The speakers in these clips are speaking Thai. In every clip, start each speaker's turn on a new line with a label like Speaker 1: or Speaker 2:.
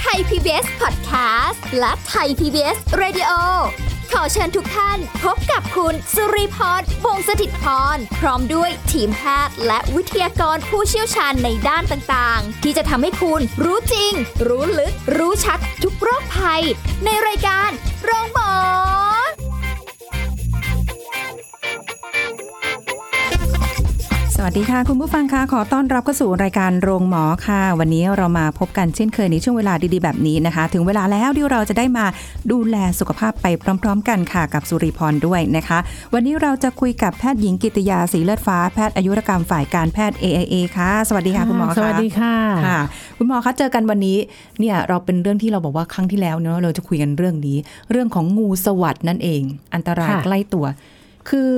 Speaker 1: ไทย PBS Podcast และไทย PBS Radio ขอเชิญทุกท่านพบกับคุณสุริพรวงศสถิตพร พร้อมด้วยทีมแพทย์และวิทยากรผู้เชี่ยวชาญในด้านต่างๆ ที่จะทำให้คุณรู้จริง รู้ลึก รู้ชัดทุกโรคภัย ในรายการโรงพยาบาล
Speaker 2: สวัสดีค่ะ คุณผู้ฟังคะขอต้อนรับเข้าสู่รายการโรงหมอค่ะ วันนี้เรามาพบกันเช่นเคยในช่วงเวลาดีๆแบบนี้นะคะ ถึงเวลาแล้วที่เราจะได้มาดูแลสุขภาพไปพร้อม ๆ กันค่ะกับสุริพรด้วยนะคะ วันนี้เราจะคุยกับแพทย์หญิงกิติยาสีเลือดฟ้าแพทย์อายุรกรรมฝ่ายการแพทย์ AIA ค่ะ สวัสดีค่ะคุณหมอ
Speaker 3: สวัสดีค่ะ
Speaker 2: ค่ะ คุณหมอคะเจอกันวันนี้เนี่ยเราเป็นเรื่องที่เราบอกว่าครั้งที่แล้วเนาะเราจะคุยกันเรื่องนี้ เรื่องของงูสวัสดนั่นเอง อันตราย
Speaker 3: ค่ะ
Speaker 2: ใกล้ตัว คือ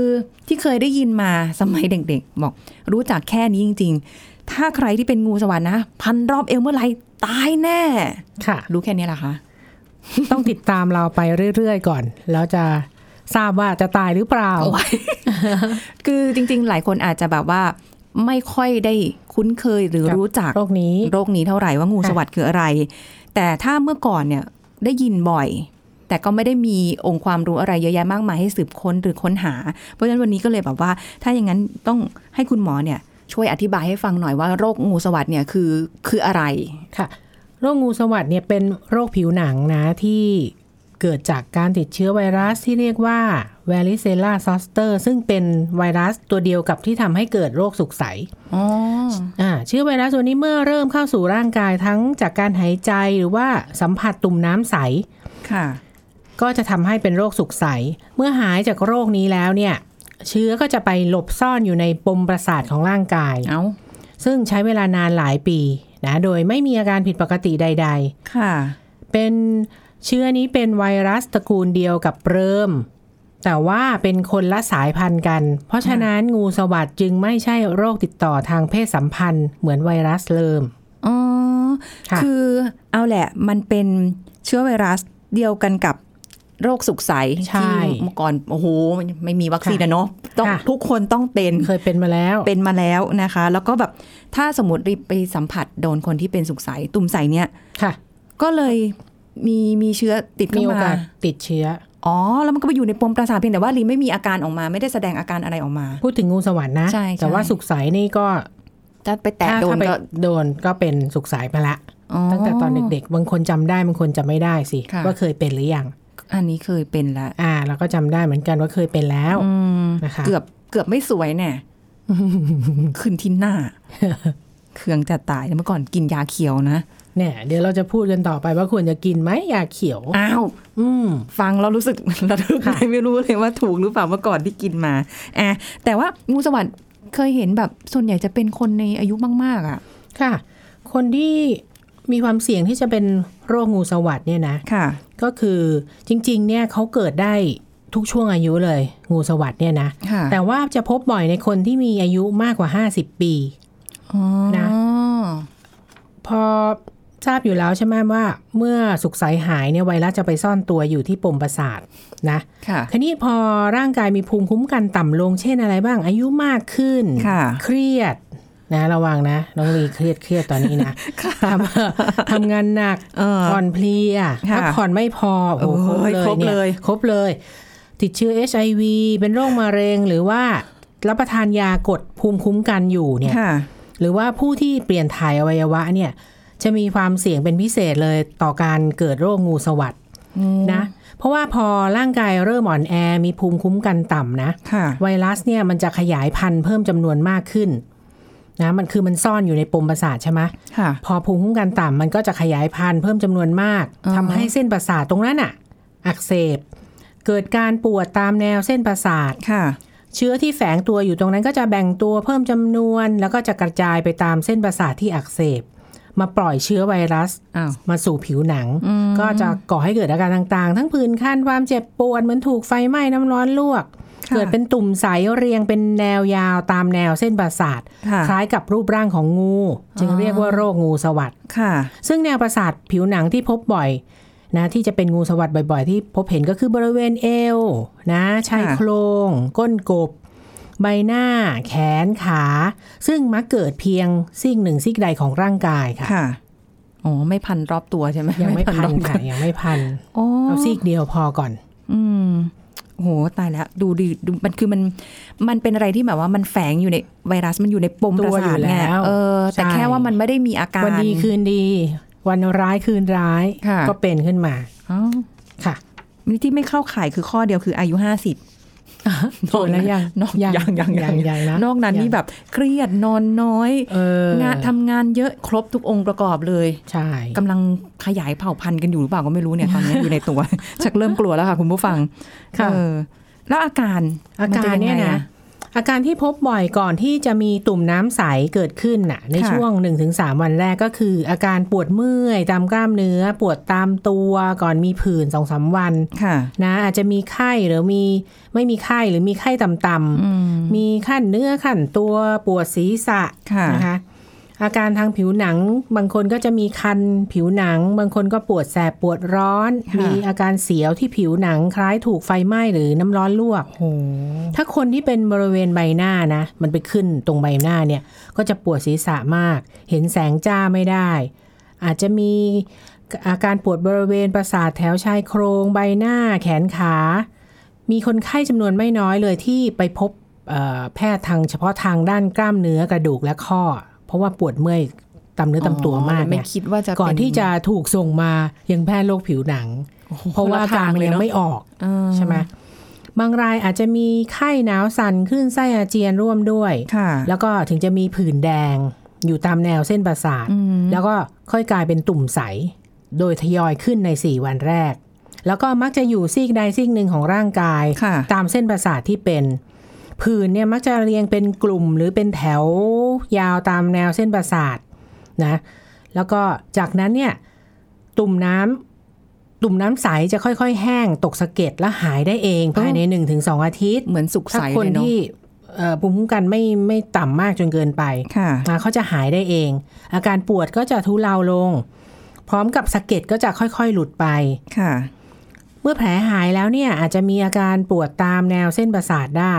Speaker 2: ที่เคยได้ยินมาสมัยเด็กๆ บอกรู้จักแค่นี้จริง ๆ ถ้าใครที่เป็นงูสวรรค์นะ พันรอบเอวเมื่อไหรตายแน่
Speaker 3: ค่ะ
Speaker 2: รู้แค่นี้ละคะ
Speaker 3: ต้องติดตามเราไปเรื่อยๆก่อน แล้วจะทราบว่าจะตายหรือเปล่า
Speaker 2: โอ้ย คือจริงๆ หลายคนอาจจะแบบว่า ไม่ค่อยได้คุ้นเคยหรือ
Speaker 3: ครับ
Speaker 2: รู้จัก
Speaker 3: โรคนี้
Speaker 2: โรคนี้เท่าไหร่ว่างูสวัสด์คืออะไร แต่ถ้าเมื่อก่อนเนี่ยได้ยินบ่อย แต่ก็ไม่ได้มีองค์ความรู้อะไรเยอะแยะมากมายให้สืบค้นหรือค้นหา เพราะฉะนั้นวันนี้ก็เลยแบบว่า ถ้าอย่างนั้นต้องให้คุณหมอเนี่ยช่วยอธิบายให้ฟังหน่อยว่าโรคงูสวัสด์เนี่ยคือคืออะไร
Speaker 3: ค่ะโรคงูสวัสดเนี่ยเป็นโรคผิวหนังนะที่เกิดจากการติดเชื้อไวรัสที่เรียกว่า varicella zoster ซึ่งเป็นไวรัสตัวเดียวกับที่ทำให้เกิดโรคสุกใส
Speaker 2: อ๋อ
Speaker 3: อ่าเชื้อไวรัสตัวนี้เมื่อเริ่มเข้าสู่ร่างกายทั้งจากการหายใจหรือว่าสัมผัสตุ่มน้ำใส
Speaker 2: ค่ะ
Speaker 3: ก็จะทำให้เป็นโรคสุกใส เมื่อหายจากโรคนี้แล้วเนี่ย เชื้อก็จะไปหลบซ่อนอยู่ในปมประสาทของร่างกาย
Speaker 2: เอา
Speaker 3: ซึ่งใช้เวลานานหลายปีนะโดยไม่มีอาการผิดปกติใด ๆ
Speaker 2: ค่ะ
Speaker 3: เป็นเชื้อนี้เป็นไวรัสตระกูลเดียวกับเริ่ม แต่ว่าเป็นคนละสายพันธุ์กัน เพราะฉะนั้นงูสวัสดจึงไม่ใช่โรคติดต่อทางเพศสัมพันธ์เหมือนไวรัสเริ่ม
Speaker 2: อ๋อ
Speaker 3: ค่ะ
Speaker 2: คือเอาแหละมันเป็นเชื้อไวรัสเดียวกันกับโรคสุกใส
Speaker 3: ใช่
Speaker 2: ที่เมื่อก่อนโอ้โหไม่มีวัคซีนนะเนาะต้อง
Speaker 3: ค่ะ
Speaker 2: ทุกคนต้องเป็น
Speaker 3: เคยเป็นมาแล้ว
Speaker 2: เป็นมาแล้วนะคะ แล้วก็แบบถ้าสมมติรีบไปสัมผัสโดนคนที่เป็นสุกใสตุ่มใสเนี่ย
Speaker 3: ค่ะ
Speaker 2: ก็เลยมีมีเชื้อติด
Speaker 3: มี
Speaker 2: เข้ามาก
Speaker 3: โอาสติดเชื้อ
Speaker 2: อ๋อ แล้วมันก็ไปอยู่ในปมประสาทเพียงแต่ว่าลีไม่มีอาการออกมา ไม่ได้แสดงอาการอะไรออกมา
Speaker 3: พูดถึงงูสวัสดนะ
Speaker 2: ใช่
Speaker 3: แต่ว่า
Speaker 2: ใช่
Speaker 3: สุกใสนี่ก็
Speaker 2: ถ้าไปแตะ
Speaker 3: ถ้า
Speaker 2: โดน
Speaker 3: ถ้าไป
Speaker 2: ก็
Speaker 3: โดนก็เป็นสุกใสมาละ
Speaker 2: อ๋อ
Speaker 3: ตั้งแต่ตอนเด็กๆ บางคนจำได้บางคนจำไม่ได้สิ
Speaker 2: ค่ะ
Speaker 3: ว่าเคยเป็นหรือยัง
Speaker 2: อันนี้เคยเป็นละ
Speaker 3: อ่าเราก็จำได้เหมือนกันว่าเคยเป็นแล้ว
Speaker 2: อืม
Speaker 3: นะคะ
Speaker 2: เกือบเกือบไม่สวยแน่ขึ้นที่หน้า เครื่องจะตายเมื่อก่อนกินยาเขียวนะ
Speaker 3: เนี่ย เดี๋ยวเราจะพูดกันต่อไปว่าควรจะกินไหมยาเขียว
Speaker 2: อ้าว
Speaker 3: อืม
Speaker 2: ฟังแล้วรู้สึก ระทึก
Speaker 3: ค่ะ
Speaker 2: เลยไม่รู้เลยว่าถูกหรือเปล่าเมื่อก่อนที่กินมาอ่ะแต่ว่างูสวัสด์เคยเห็นแบบส่วนใหญ่จะเป็นคนในอายุมาก ๆ อ่ะ
Speaker 3: ค่ะ คนที่มีความเสี่ยงที่จะเป็นโรคงูสวัสดเนี่ยนะ
Speaker 2: ค่ะ
Speaker 3: ก็คือจริงๆ เนี่ยเขาเกิดได้ทุกช่วงอายุเลย งูสวัสดเนี่ยนะ
Speaker 2: ค่ะ
Speaker 3: แต่ว่าจะพบบ่อยในคนที่มีอายุมากกว่า 50 ปี
Speaker 2: อ๋อ
Speaker 3: นะ พอทราบอยู่แล้วใช่ไหมว่า เมื่อสุกใสหายเนี่ยไวรัสจะไปซ่อนตัวอยู่ที่ปมประสาทนะ
Speaker 2: ค่ะ
Speaker 3: คันนี้พอร่างกายมีภูมิคุ้มกันต่ำลง เช่นอะไรบ้าง อายุมากขึ้น
Speaker 2: ค่ะ
Speaker 3: เครียดนะระวังนะน้องลีเครียดเครียดตอนนี้นะทำทำงานหนัก
Speaker 2: เออ
Speaker 3: ผ่อนเพลีย
Speaker 2: ค่ะ
Speaker 3: พักผ่อนไม่พอโอ้โห
Speaker 2: โอ้ย
Speaker 3: คร
Speaker 2: คร
Speaker 3: บ
Speaker 2: บ
Speaker 3: เล
Speaker 2: เลย
Speaker 3: ยนี่ครบเลย ติดเชื้อ HIV เป็นโรคมะเร็งหรือว่ารับประทานยากดภูมิคุ้มกันอยู่เนี่ย
Speaker 2: ค่ะ
Speaker 3: หรือว่าผู้ที่เปลี่ยนถ่ายอวัยวะเนี่ย จะมีความเสี่ยงเป็นพิเศษเลยต่อการเกิดโรคงูสวัสดนะ เพราะว่าพอร่างกายเริ่มอ่อนแอมีภูมิคุ้มกันต่ำนะ
Speaker 2: ค่ะ
Speaker 3: ไวรัสเนี่ยมันจะขยายพันธุ์เพิ่มจำนวนมากขึ้นนะมันคือมันซ่อนอยู่ในปมประสาทใช่ไหม
Speaker 2: ค่ะ
Speaker 3: พอภูมิคุ้มกันต่ำมันก็จะขยายพันธุ์เพิ่มจำนวนมาก
Speaker 2: อ่าฮะ
Speaker 3: ทำให้เส้นประสาทตรงนั้นอ่ะ อักเสบ เกิดการปวดตามแนวเส้นประสาท
Speaker 2: ค่ะ
Speaker 3: เชื้อที่แฝงตัวอยู่ตรงนั้นก็จะแบ่งตัวเพิ่มจำนวน แล้วก็จะกระจายไปตามเส้นประสาทที่อักเสบ มาปล่อยเชื้อไวรัส
Speaker 2: อ้าว
Speaker 3: มาสู่ผิวหนัง ก็จะก่อให้เกิดอาการต่างๆ ทั้งผื่นคันความเจ็บปวดเหมือนถูกไฟไหม้น้ำร้อนลวก
Speaker 2: ค่ะ
Speaker 3: เกิดเป็นตุ่มใสเรียงเป็นแนวยาวตามแนวเส้นประสาท
Speaker 2: ค่ะ
Speaker 3: คล้ายกับรูปร่างของงู จึง
Speaker 2: อ๋อ
Speaker 3: เรียกว่าโรคงูสวัสด
Speaker 2: ค่ะ
Speaker 3: ซึ่งแนวประสาทผิวหนังที่พบบ่อย นะที่จะเป็นงูสวัสดบ่อยๆ ที่พบเห็นก็คือบริเวณเอวนะชายโครง ก้นกบ ใบหน้า แขนขา ซึ่งมักเกิดเพียงซีกหนึ่งซีกใดของร่างกายค่ะ
Speaker 2: ค่ะอ๋อไม่พันรอบตัวใช่ไหม
Speaker 3: ยังไม่พัน
Speaker 2: รอบ
Speaker 3: ค่ะยังไม่พัน
Speaker 2: อ๋อ
Speaker 3: เอาซีกเดียวพอก่อน
Speaker 2: อืมโอ้โหตายแล้วดูดิดูมันคือมันมันเป็นอะไรที่แบบว่ามันแฝงอยู่ในไวรัสมันอยู่ในปม
Speaker 3: ตั
Speaker 2: ประ
Speaker 3: วอยู่
Speaker 2: สาท
Speaker 3: แล้
Speaker 2: ไง
Speaker 3: ว
Speaker 2: เออ แต่
Speaker 3: ใช่
Speaker 2: แค่ว่ามันไม่ได้มีอาการ
Speaker 3: วันดีคืนดี วันร้ายคืนร้าย
Speaker 2: ค่ะ
Speaker 3: ก็เป็นขึ้นมา
Speaker 2: อ๋อ
Speaker 3: ค่ะ
Speaker 2: นี่ที่ไม่เข้าข่ายคือข้อเดียวคืออายุห้าสิบ
Speaker 3: โดนแล้วยัง
Speaker 2: นอกยังยัง ยัง
Speaker 3: ยังนะ
Speaker 2: นอกนั้นนี่แบบเครียดนอนน้อย
Speaker 3: เออง
Speaker 2: านทำงานเยอะครบทุกองค์ประกอบเลย
Speaker 3: ใช่
Speaker 2: กำลังขยายเผ่าพันธุ์กันอยู่หรือเปล่าก็ไม่ รู้เนี่ยตอนนี้อยู่ในตัว ชักเริ่มกลัวแล้วค่ะคุณผู้ฟัง
Speaker 3: ค่ะ
Speaker 2: เออแล้วอาการ
Speaker 3: อา
Speaker 2: มั
Speaker 3: กา
Speaker 2: จะ
Speaker 3: ร
Speaker 2: งไง
Speaker 3: เนี่ยนะ
Speaker 2: อะ
Speaker 3: อาการที่พบบ่อยก่อนที่จะมีตุ่มน้ำใสเกิดขึ้นน่ะ ใน
Speaker 2: ค่ะ
Speaker 3: ช่วง 1-3 วันแรกก็คือ อาการปวดเมื่อยตามกล้ามเนื้อ ปวดตามตัวก่อนมีผื่น2-3 วัน
Speaker 2: ค่ะ
Speaker 3: นะอาจจะมีไข้หรือมีไม่มีไข้หรือมีไข้ต่ำ
Speaker 2: อืม
Speaker 3: ๆมีขั้นเนื้อขั้นตัวปวดศีรษะ
Speaker 2: ค่ะ
Speaker 3: นะคะอาการทางผิวหนังบางคนก็จะมีคันผิวหนัง บางคนก็ปวดแสบปวดร้อน
Speaker 2: ค่ะ
Speaker 3: มีอาการเสียวที่ผิวหนังคล้ายถูกไฟไหม้หรือน้ำร้อนลวก
Speaker 2: โห
Speaker 3: ถ้าคนที่เป็นบริเวณใบหน้านะ มันไปขึ้นตรงใบหน้าเนี่ย ก็จะปวดศีรษะมาก เห็นแสงจ้าไม่ได้ อาจจะมีอาการปวดบริเวณประสาทแถวชายโครงใบหน้าแขนขา มีคนไข้จำนวนไม่น้อยเลยที่ไปพบเอ่อแพทย์ทางเฉพาะทางด้านกล้ามเนื้อกระดูกและข้อ เพราะว่าปวดเมื่อยตามเนื้อตามตัวมาก
Speaker 2: ไม่
Speaker 3: เนี่ย
Speaker 2: คิดว่าจะ
Speaker 3: ก่อน
Speaker 2: เป็น
Speaker 3: ที่จะถูกส่งมายังแพทย์โรคผิวหนัง
Speaker 2: โอ้โห
Speaker 3: เพราะว่าอาการมันยังไม่ออก
Speaker 2: เออ
Speaker 3: ใช่ไหมบางรายอาจจะมีไข้หนาวสั่นคลื่นไส้อาเจียนร่วมด้วย
Speaker 2: ค่ะ
Speaker 3: แล้วก็ถึงจะมีผื่นแดงอยู่ตามแนวเส้นประสาท
Speaker 2: อืม
Speaker 3: แล้วก็ค่อยกลายเป็นตุ่มใส โดยทยอยขึ้นใน 4 วันแรก แล้วก็มักจะอยู่ซีกใดซีกหนึ่งของร่างกาย
Speaker 2: ค่ะ
Speaker 3: ตามเส้นประสาทที่เป็น ผื่นเนี่ยมักจะเรียงเป็นกลุ่มหรือเป็นแถวยาวตามแนวเส้นประสาทนะแล้วก็จากนั้นเนี่ยตุ่มน้ำตุ่มน้ำใสจะค่อยๆ แห้งตกสะเก็ดและหายได้เองภายใน 1-2 อาทิตย์
Speaker 2: เหมือนสุข
Speaker 3: ถ้า
Speaker 2: ใส
Speaker 3: ค
Speaker 2: เล
Speaker 3: น
Speaker 2: ยเนาะ
Speaker 3: ที่เอ่อภูมิคุ้มกันไม่ไม่ต่ำมากจนเกินไป
Speaker 2: ค่ะ
Speaker 3: อ่ะเขาจะหายได้เอง อาการปวดก็จะทุเลาลง พร้อมกับสะเก็ดก็จะค่อยๆ หลุดไป
Speaker 2: ค่ะ
Speaker 3: เมื่อแผลหายแล้วเนี่ยอาจจะมีอาการปวดตามแนวเส้นประสาทได้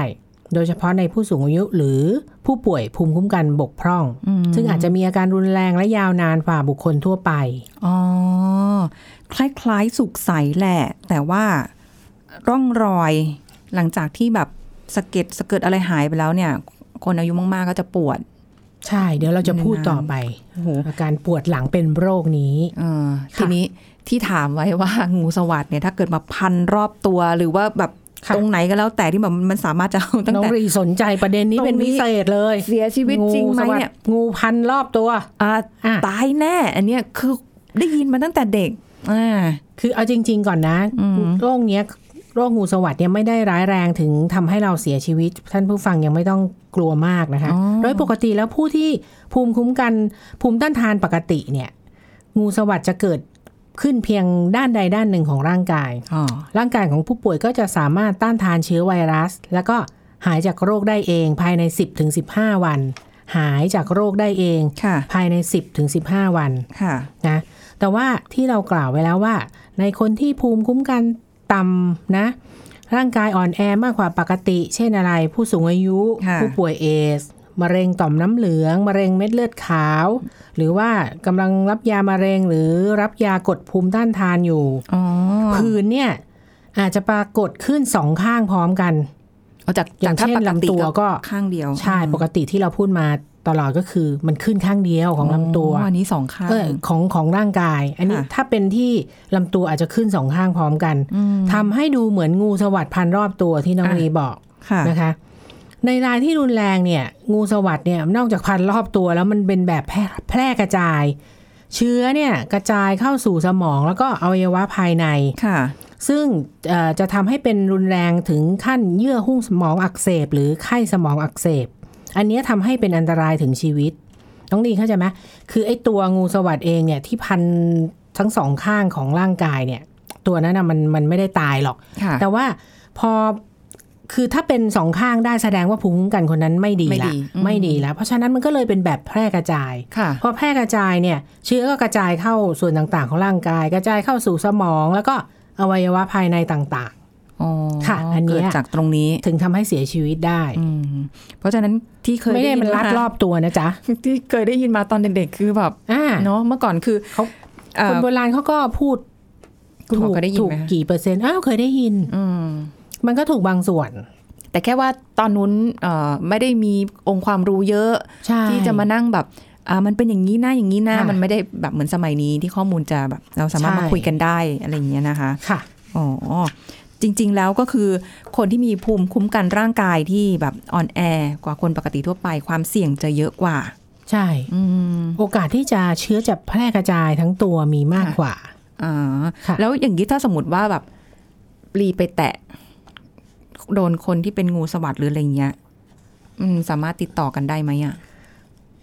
Speaker 3: โดยเฉพาะในผู้สูงอายุหรือผู้ป่วยภูมิคุ้มกันบกพร่อง
Speaker 2: อืม
Speaker 3: ซึ่งอาจจะมีอาการรุนแรงและยาวนานกว่าบุคคลทั่วไป
Speaker 2: อ๋อ คล้ายๆ สุกใสแหละ แต่ว่าร่องรอยหลังจากที่แบบสะเก็ดสะเก็ดอะไรหายไปแล้วเนี่ย คนอายุมาก ๆ ก็จะปวด
Speaker 3: ใช่ เดี๋ยวเราจะพูดต่อไป
Speaker 2: โอ้โห
Speaker 3: อาการปวดหลังเป็นโรคนี้
Speaker 2: เออทีนี้ที่ถามไว้ว่า งูสวัสดเนี่ยถ้าเกิดมาพันรอบตัวหรือว่าแบบ
Speaker 3: ค่ะ
Speaker 2: ตรงไหนก็แล้วแต่ที่แบบมันสามารถจะเอาตั้ง
Speaker 3: น้อง
Speaker 2: แต่
Speaker 3: รีสนใจประเด็น
Speaker 2: ต
Speaker 3: นี้
Speaker 2: รงนี้
Speaker 3: เป็นพิเศษเลย
Speaker 2: เสียชีวิตจริงไหมเนี่ย
Speaker 3: งูสวัสดงูพันรอบตัว
Speaker 2: อ่า
Speaker 3: อ่ะ
Speaker 2: ตายแน่ อันเนี้ยคือได้ยินมาตั้งแต่เด็กอ่า
Speaker 3: คือเอาจริง ๆ ก่อนนะ
Speaker 2: อืม
Speaker 3: โรคเนี้ยโรคงูสวัสดเนี่ยไม่ได้ร้ายแรงถึงทำให้เราเสียชีวิต ท่านผู้ฟังยังไม่ต้องกลัวมากนะคะ โดยปกติแล้วผู้ที่ภูมิคุ้มกันภูมิต้านทานปกติเนี่ย งูสวัสดจะเกิดขึ้นเพียงด้านใดด้านหนึ่งของร่างกาย
Speaker 2: อ๋อ
Speaker 3: ร่างกายของผู้ป่วยก็จะสามารถต้านทานเชื้อไวรัส แล้วก็หายจากโรคได้เองภายใน 10-15 วัน หายจากโรคได้เอง
Speaker 2: ค่ะ
Speaker 3: ภายใน 10-15 วัน
Speaker 2: ค่ะ
Speaker 3: นะแต่ว่าที่เรากล่าวไว้แล้วว่า ในคนที่ภูมิคุ้มกันต่ำนะ ร่างกายอ่อนแอมากกว่าปกติ เช่นอะไร ผู้สูงอายุ
Speaker 2: ค่ะ
Speaker 3: ผู้ป่วยเอสมะเร็งต่อมน้ำเหลืองมะเร็งเม็ดเลือดขาว หรือว่ากำลังรับยามะเร็งหรือรับยากดภูมิต้านทานอยู่
Speaker 2: อ๋อ
Speaker 3: ผื่นเนี่ยอาจจะปรากฏขึ้นสองข้างพร้อมกัน
Speaker 2: เอาจาก
Speaker 3: อ
Speaker 2: จา
Speaker 3: ย่า
Speaker 2: ง กถ้า
Speaker 3: เช่น
Speaker 2: ปกติ
Speaker 3: ลำตัวก็
Speaker 2: ข้างเดียว
Speaker 3: ใช่ปกติที่เราพูดมาตลอดก็คือ มันขึ้นข้างเดียวของลำตัว
Speaker 2: อ๋ออันนี้สองข้าง
Speaker 3: เออของของร่างกาย อันนี้
Speaker 2: ค่ะ
Speaker 3: ถ้าเป็นที่ลำตัวอาจจะขึ้นสองข้างพร้อมกัน
Speaker 2: ม
Speaker 3: ทำให้ดูเหมือนงูสวัสดพันรอบตัวที่น้อง
Speaker 2: อ่ะ
Speaker 3: ลีบอก
Speaker 2: ค่ะ
Speaker 3: นะคะ ในรายที่รุนแรงเนี่ย งูสวัสดเนี่ยนอกจากพันรอบตัวแล้วมันเป็นแบบแพร่แพร่กระจาย เชื้อเนี่ยกระจายเข้าสู่สมองแล้วก็อวัยวะภายใน
Speaker 2: ค่ะ
Speaker 3: ซึ่งเอ่อจะทำให้เป็นรุนแรงถึงขั้นเยื่อหุ้มสมองอักเสบ หรือไข้สมองอักเสบ อันเนี้ยทำให้เป็นอันตรายถึงชีวิต น้องดีเข้าใจไหมคือไอ้ตัวงูสวัสดเองเนี่ยที่พันทั้งสองข้างของร่างกายเนี่ย ตัวนั้นนะมันมันไม่ได้ตายหรอก
Speaker 2: ค่ะ
Speaker 3: แต่ว่าพอ คือถ้าเป็นสองข้างได้แสดงว่าภูมิคุ้มกันคนนั้นไม่ดี
Speaker 2: ไม่
Speaker 3: ละ
Speaker 2: ดีอืม
Speaker 3: ไม่ดีแล้ว เพราะฉะนั้นมันก็เลยเป็นแบบแพร่กระจาย
Speaker 2: ค่ะ
Speaker 3: พอแพร่กระจายเนี่ยเชื้อก็กระจายเข้าส่วนต่างๆ ของร่างกาย กระจายเข้าสู่สมอง แล้วก็อวัยวะภายในต่าง
Speaker 2: อ๋อ
Speaker 3: ค่ะอันเนี้ย
Speaker 2: เกิดจากตรงนี้
Speaker 3: ๆ ถึงทำให้เสียชีวิตได้
Speaker 2: อืมเพราะฉะนั้นที่เคย
Speaker 3: ไม่ได้
Speaker 2: ยิ
Speaker 3: มันลัด
Speaker 2: าร
Speaker 3: อบตัวนะจ๊ะ
Speaker 2: ที่เคยได้ยินมาตอนเด็กๆคือแบบ
Speaker 3: อ่า
Speaker 2: เนาะเมื่อก่อนคือ
Speaker 3: เขา
Speaker 2: เอ่
Speaker 3: คน
Speaker 2: อ
Speaker 3: โบราณเขาก็พูด
Speaker 2: คุณหมอเคยได้ยิน
Speaker 3: ถูก
Speaker 2: ไหมคะ
Speaker 3: กี่เปอร์เซ็นต์อ้าวเคยได้ยิน
Speaker 2: อืม
Speaker 3: มันก็ถูกบางส่วน
Speaker 2: แต่แค่ว่าตอนนู้นเอ่อไม่ได้มีองค์ความรู้เยอะ
Speaker 3: ใช่
Speaker 2: ที่จะมานั่งแบบอ่ามันเป็นอย่างนี้นะอย่างนี้นะ
Speaker 3: ค่ะ
Speaker 2: มันไม่ได้แบบเหมือนสมัยนี้ที่ข้อมูลจะแบบเราสามารถ
Speaker 3: ใช่
Speaker 2: มาคุยกันได้อะไรอย่างเงี้ยนะคะ
Speaker 3: ค่ะ
Speaker 2: อ๋อจริง ๆ แล้วก็คือคนที่มีภูมิคุ้มกันร่างกายที่แบบอ่อนแอกว่าคนปกติทั่วไปความเสี่ยงจะเยอะกว่า
Speaker 3: ใช่
Speaker 2: อืม
Speaker 3: โอกาสที่จะเชื้อจะแพร่กระจายทั้งตัวมีมาก
Speaker 2: ค่ะ
Speaker 3: กว่า
Speaker 2: อ่า
Speaker 3: ค่ะ
Speaker 2: แล้วอย่างนี้ถ้าสมมติว่าแบบรีไปแตะ โดนคนที่เป็นงูสวัสดหรืออะไรอย่างเงี้ยอืมสามารถติดต่อกันได้ไหมอ่ะ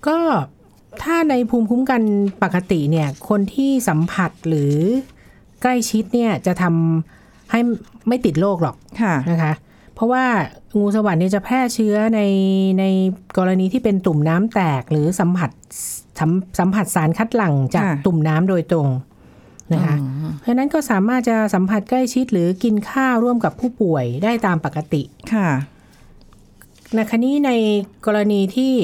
Speaker 3: ก็ถ้าในภูมิคุ้มกันปกติเนี่ย คนที่สัมผัสหรือใกล้ชิดเนี่ยจะทำให้ไม่ติดโรคหรอก
Speaker 2: ค่ะ
Speaker 3: นะคะ เพราะว่างูสวัสด์เนี่ยจะแพร่เชื้อในในกรณีที่เป็นตุ่มน้ำแตกหรือสัมผัสสัมสัมผัสสารคัดหลั่งจาก
Speaker 2: ค่ะ
Speaker 3: ตุ่มน้ำโดยตรงนะคะ เพราะฉะนั้นก็สามารถจะสัมผัสใกล้ชิดหรือกินข้าวร่วมกับผู้ป่วยได้ตามปกติ
Speaker 2: ค่ะ
Speaker 3: นะคะนี่ในกรณีที่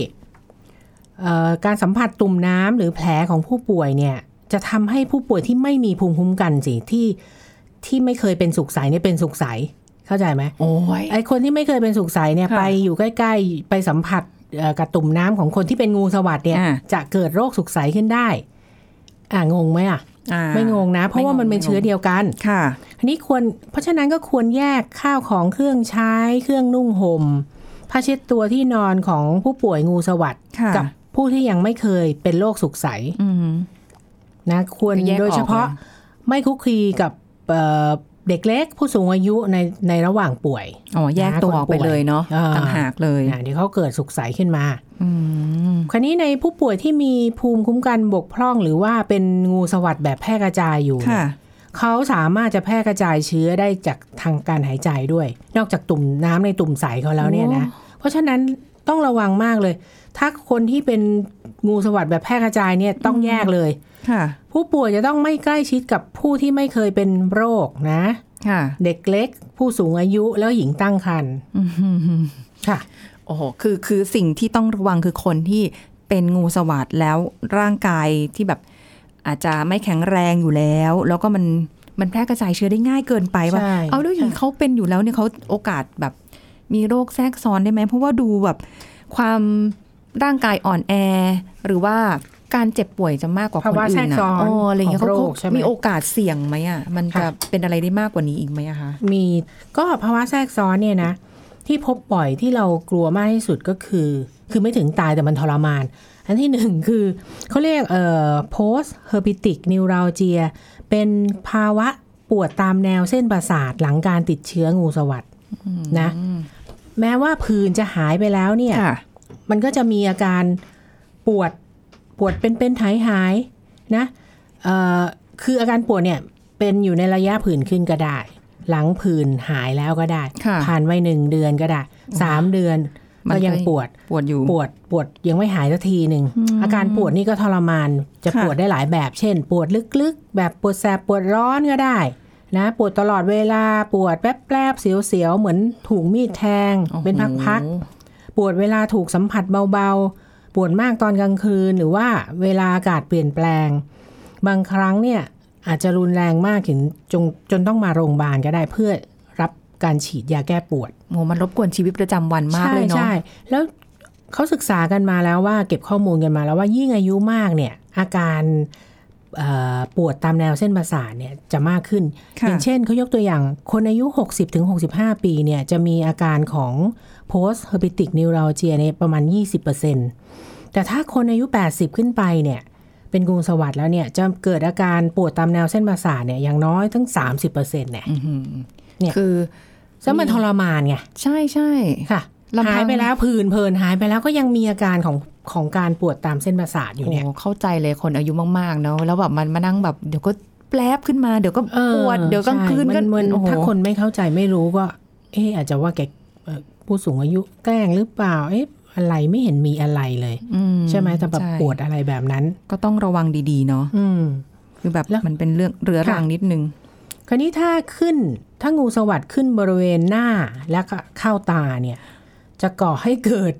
Speaker 3: เอ่อการสัมผัสตุ่มน้ำหรือแผลของผู้ป่วยเนี่ย จะทำให้ผู้ป่วยที่ไม่มีภูมิคุ้มกันสิที่ที่ไม่เคยเป็นสุขใสเนี่ยเป็นสุขใสเข้าใจไหม
Speaker 2: โอ้ย
Speaker 3: ไอคนที่ไม่เคยเป็นสุขใสเนี่ย
Speaker 2: ค่ะ
Speaker 3: ไปอยู่ใกล้ ๆ ไปสัมผัสเอ่อกับตุ่มน้ำของคนที่เป็นงูสวัสด์เนี่ย
Speaker 2: อ่า
Speaker 3: จะเกิดโรคสุขใสขึ้นได้ อ่างงไหมอ่ะ
Speaker 2: อ่า
Speaker 3: ไม่งงนะ เพราะว่ามันเป็น
Speaker 2: ไม่งง
Speaker 3: เชื้อเดียวกัน
Speaker 2: ค่ะ
Speaker 3: อันนี้ควรเพราะฉะนั้นก็ควรแยกข้าวของเครื่องใช้เครื่องนุ่งหม่มผ้าเช็ดตัวที่นอนของผู้ป่วยงูสวัสด์
Speaker 2: ค่ะ
Speaker 3: กับผู้ที่ยังไม่เคยเป็นโรคสุขใส
Speaker 2: อืม
Speaker 3: นะควร
Speaker 2: คือแยกออก
Speaker 3: โดยเฉพาะ
Speaker 2: เล
Speaker 3: ไม่คุกคีกับเอ่อเด็กเล็กผู้สูงอายุในในระหว่างป่วย
Speaker 2: อ๋อ แยกตัวออกไปเลยเนาะ
Speaker 3: อ่า
Speaker 2: ต่างหากเลย
Speaker 3: นะเดี๋ยวเขาเกิดสุขใสขึ้นมา
Speaker 2: อืม
Speaker 3: คราวนี้ในผู้ป่วยที่มีภูมิคุ้มกันบกพร่อง หรือว่าเป็นงูสวัสด์แบบแพร่กระจายอยู่เนี่ย
Speaker 2: ค่ะ
Speaker 3: เขาสามารถจะแพร่กระจายเชื้อได้จากทางการหายใจด้วย นอกจากตุ่มน้ำในตุ่มใสเขาแล้วเนี่ยนะ เพราะฉะนั้นต้องระวังมากเลย ถ้าคนที่เป็นงูสวัสด์แบบแพร่กระจายเนี่ยต้องแยกเลย
Speaker 2: ค่ะ
Speaker 3: ผู้ป่วยจะต้องไม่ใกล้ชิดกับผู้ที่ไม่เคยเป็นโรคนะ
Speaker 2: ค่ะ
Speaker 3: เด็กเล็ก ผู้สูงอายุแล้วหญิงตั้งครรภ์
Speaker 2: อืม
Speaker 3: ค่ะ
Speaker 2: โอ้โห คือ คือสิ่งที่ต้องระวังคือคนที่เป็นงูสวัสดแล้วร่างกายที่แบบอาจจะไม่แข็งแรงอยู่แล้ว แล้วก็มัน มันแพร่กระจายเชื้อได้ง่ายเกินไปว่า
Speaker 3: ใช่
Speaker 2: เอาด้วยอย่าง
Speaker 3: ใช่
Speaker 2: เขาเป็นอยู่แล้วเนี่ยเขาโอกาสแบบ มีโรคแทรกซ้อนได้ไหม เพราะว่าดูแบบความร่างกายอ่อนแอ หรือว่าการเจ็บป่วยจะมากกว่าคน
Speaker 3: ภาวะ
Speaker 2: อื่น
Speaker 3: แทรกซ้อน
Speaker 2: โอ้อะไรอย่างเงี้ย
Speaker 3: ของ
Speaker 2: เขา
Speaker 3: โรค
Speaker 2: เขา
Speaker 3: ใช่ไหม
Speaker 2: มีโอกาสเสี่ยงไหมอ่ะ มันจะ
Speaker 3: ค่ะ
Speaker 2: เป็นอะไรได้มากกว่านี้อีกไหมอะคะ
Speaker 3: มีก็ภาวะแทรกซ้อนเนี่ยนะ ที่พบบ่อยที่เรากลัวมากที่สุดก็คือ คือไม่ถึงตายแต่มันทรมาน อันที่หนึ่งคือเขาเรียกเอ่อ post herpetic neuralgia เป็นภาวะปวดตามแนวเส้นประสาทหลังการติดเชื้องูสวัสดนะ แม้ว่าผื่นจะหายไปแล้วเนี่ย
Speaker 2: ค่ะ
Speaker 3: มันก็จะมีอาการปวดปวดเป็นเป็นๆหายหายๆนะเอ่อคืออาการปวดเนี่ยเป็นอยู่ในระยะผื่นขึ้นก็ได้ หลังผื่นหายแล้วก็ได้
Speaker 2: ค่ะ
Speaker 3: ผ่านไปหนึ่งเดือนก็ได้สามเดือน
Speaker 2: มัน
Speaker 3: ก็ยัง
Speaker 2: ก็
Speaker 3: ปวด
Speaker 2: ปวดอยู่
Speaker 3: ปวดปวดยังไม่หายสักทีหนึ่งอาการปวดนี่ก็ทรมานจะ
Speaker 2: ค่ะ
Speaker 3: ปวดได้หลายแบบ เช่น ปวดลึกๆ แบบปวดแสบปวดร้อนก็ได้นะปวดตลอดเวลาปวดแป๊บๆเสียวๆเหมือนถูกมีดแทง
Speaker 2: โอ้โห
Speaker 3: เป็นพักๆ ปวดเวลาถูกสัมผัสเบาๆ ปวดมากตอนกลางคืนหรือว่าเวลาอากาศเปลี่ยนแปลง บางครั้งเนี่ยอาจจะรุนแรงมากถึงจนจนต้องมาโรงพยาบาลก็ได้เพื่อรับการฉีดยาแก้ปวด
Speaker 2: โหมันรบกวนชีวิตประจำวันมากเลยเนาะ
Speaker 3: ใช่ๆแล้วเขาศึกษากันมาแล้วว่าเก็บข้อมูลกันมาแล้วว่ายิ่งอายุมากเนี่ยอาการเอ่อปวดตามแนวเส้นประสาทเนี่ยจะมากขึ้น
Speaker 2: ค่ะ
Speaker 3: อย่างเช่นเขายกตัวอย่างคนอายุ 60-65 ปีเนี่ยจะมีอาการของ post herpetic neuralgia เนี่ยประมาณ 20%แต่ถ้าคนอายุ 80 ขึ้นไปเนี่ยเป็นกรุงสวัสด์แล้วเนี่ยจะเกิดอาการปวดตามแนวเส้นประสาทเนี่ยอย่างน้อยทั้ง 30%เนี่ย
Speaker 2: อื้อหือ
Speaker 3: เนี่ย
Speaker 2: คือ
Speaker 3: ซึ่งมันทรมานไง
Speaker 2: ใช่ใช่
Speaker 3: ค่ะ
Speaker 2: ลำพัง
Speaker 3: หายไปแล้วผื่นเพลินหายไปแล้วก็ยังมีอาการของของการปวดตามเส้นประสาทอยู่
Speaker 2: โอ้
Speaker 3: เนี่ย
Speaker 2: เข้าใจเลยคนอายุมากๆเนาะแล้วแบบมันมานั่งแบบเดี๋ยวก็แปลบขึ้นมาเดี๋ยวก็ปวด เดี๋ยวกลางคืนก็
Speaker 3: ใช่มัมั
Speaker 2: โอ้โห
Speaker 3: ถ้าคนไม่เข้าใจไม่รู้ก็ เอออาจจะว่าแก อ่อผู้สูงอายุแกล้งหรือเปล่า เอ๊ะอะไรไม่เห็นมีอะไรเลย
Speaker 2: อื
Speaker 3: ใช่ไหมแต่แบบ
Speaker 2: ใช่
Speaker 3: ปวดอะไรแบบนั้น
Speaker 2: ก็ต้องระวังดีๆเนาะ
Speaker 3: อืม
Speaker 2: คือแบบ
Speaker 3: แล้ว
Speaker 2: มันเป็นเรื่องเรื้อรัง
Speaker 3: ค่ะ
Speaker 2: นิดนึง
Speaker 3: คราวนี้ถ้าขึ้นถ้างูสวัสดขึ้นบริเวณหน้าและก็เข้าตาเนี่ย จะก่อให้เกิด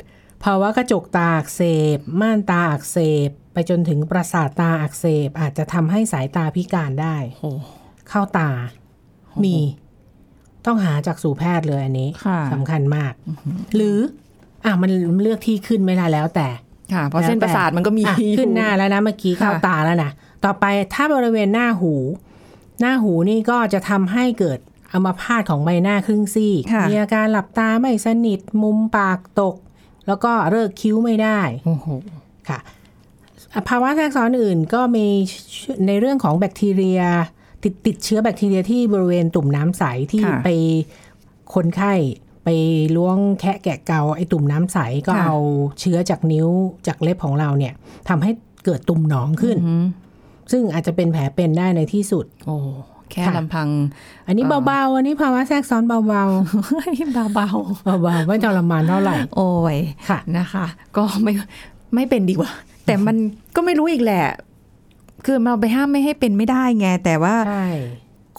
Speaker 3: ภาวะกระจกตาอักเสบ ม่านตาอักเสบ ไปจนถึงประสาทตาอักเสบ อาจจะทำให้สายตาพิการได้
Speaker 2: โห
Speaker 3: เข้าตา มี ต้องหาจากสู่แพทย์เลยอันนี้
Speaker 2: ค่ะ
Speaker 3: สำคัญมาก หรือ อ่ะมันเลือกที่ขึ้นไม่ได้แล้วแต่
Speaker 2: ค่ะ เพราะ
Speaker 3: แล้วแต่
Speaker 2: เส้นประสาทมันก็มี
Speaker 3: อ่ะ
Speaker 2: อยู่
Speaker 3: ขึ้นหน้าแล้วนะเมื่อกี้
Speaker 2: ค่ะ
Speaker 3: เข้าตาแล้วนะต่อไปถ้าบริเวณหน้าหู หน้าหูนี่ก็จะทำให้เกิดอัมพาตของใบหน้าครึ่งซีก
Speaker 2: ค่ะ
Speaker 3: มีอาการหลับตาไม่สนิทมุมปากตก แล้วก็เลิกคิ้วไม่ได้
Speaker 2: โอ้โห
Speaker 3: ค่ะอ่ะภาวะแทรกซ้อนอื่นก็มีในเรื่องของแบคทีเรีย ติดติดเชื้อแบคทีเรียที่บริเวณตุ่มน้ำใสที่
Speaker 2: ค่ะ
Speaker 3: ไปคนไข้ไปล้วงแคะแกะเกาไอ้ตุ่มน้ำใสก็
Speaker 2: ค่ะ
Speaker 3: เอาเชื้อจากนิ้วจากเล็บของเราเนี่ยทำให้เกิดตุ่มหนองขึ้น
Speaker 2: อืม
Speaker 3: ซึ่งอาจจะเป็นแผลเป็นได้ในที่สุด
Speaker 2: โอ้แค่
Speaker 3: ค่ะ
Speaker 2: ลำพัง
Speaker 3: อันนี้
Speaker 2: อ่า
Speaker 3: เบาๆ อันนี้ภาวะแทรกซ้อนเบาๆ
Speaker 2: เบา
Speaker 3: เบาๆ ไม่ทรมานเท่าไหร่
Speaker 2: ๆโอ้ย
Speaker 3: ค่ะ
Speaker 2: นะคะ ก็ ไม่ไม่เป็นดีกว่า แต่มันก็ไม่รู้อีกแหละ คือเราไปห้ามไม่ให้เป็นไม่ได้ไง แต่ว่า
Speaker 3: ใช่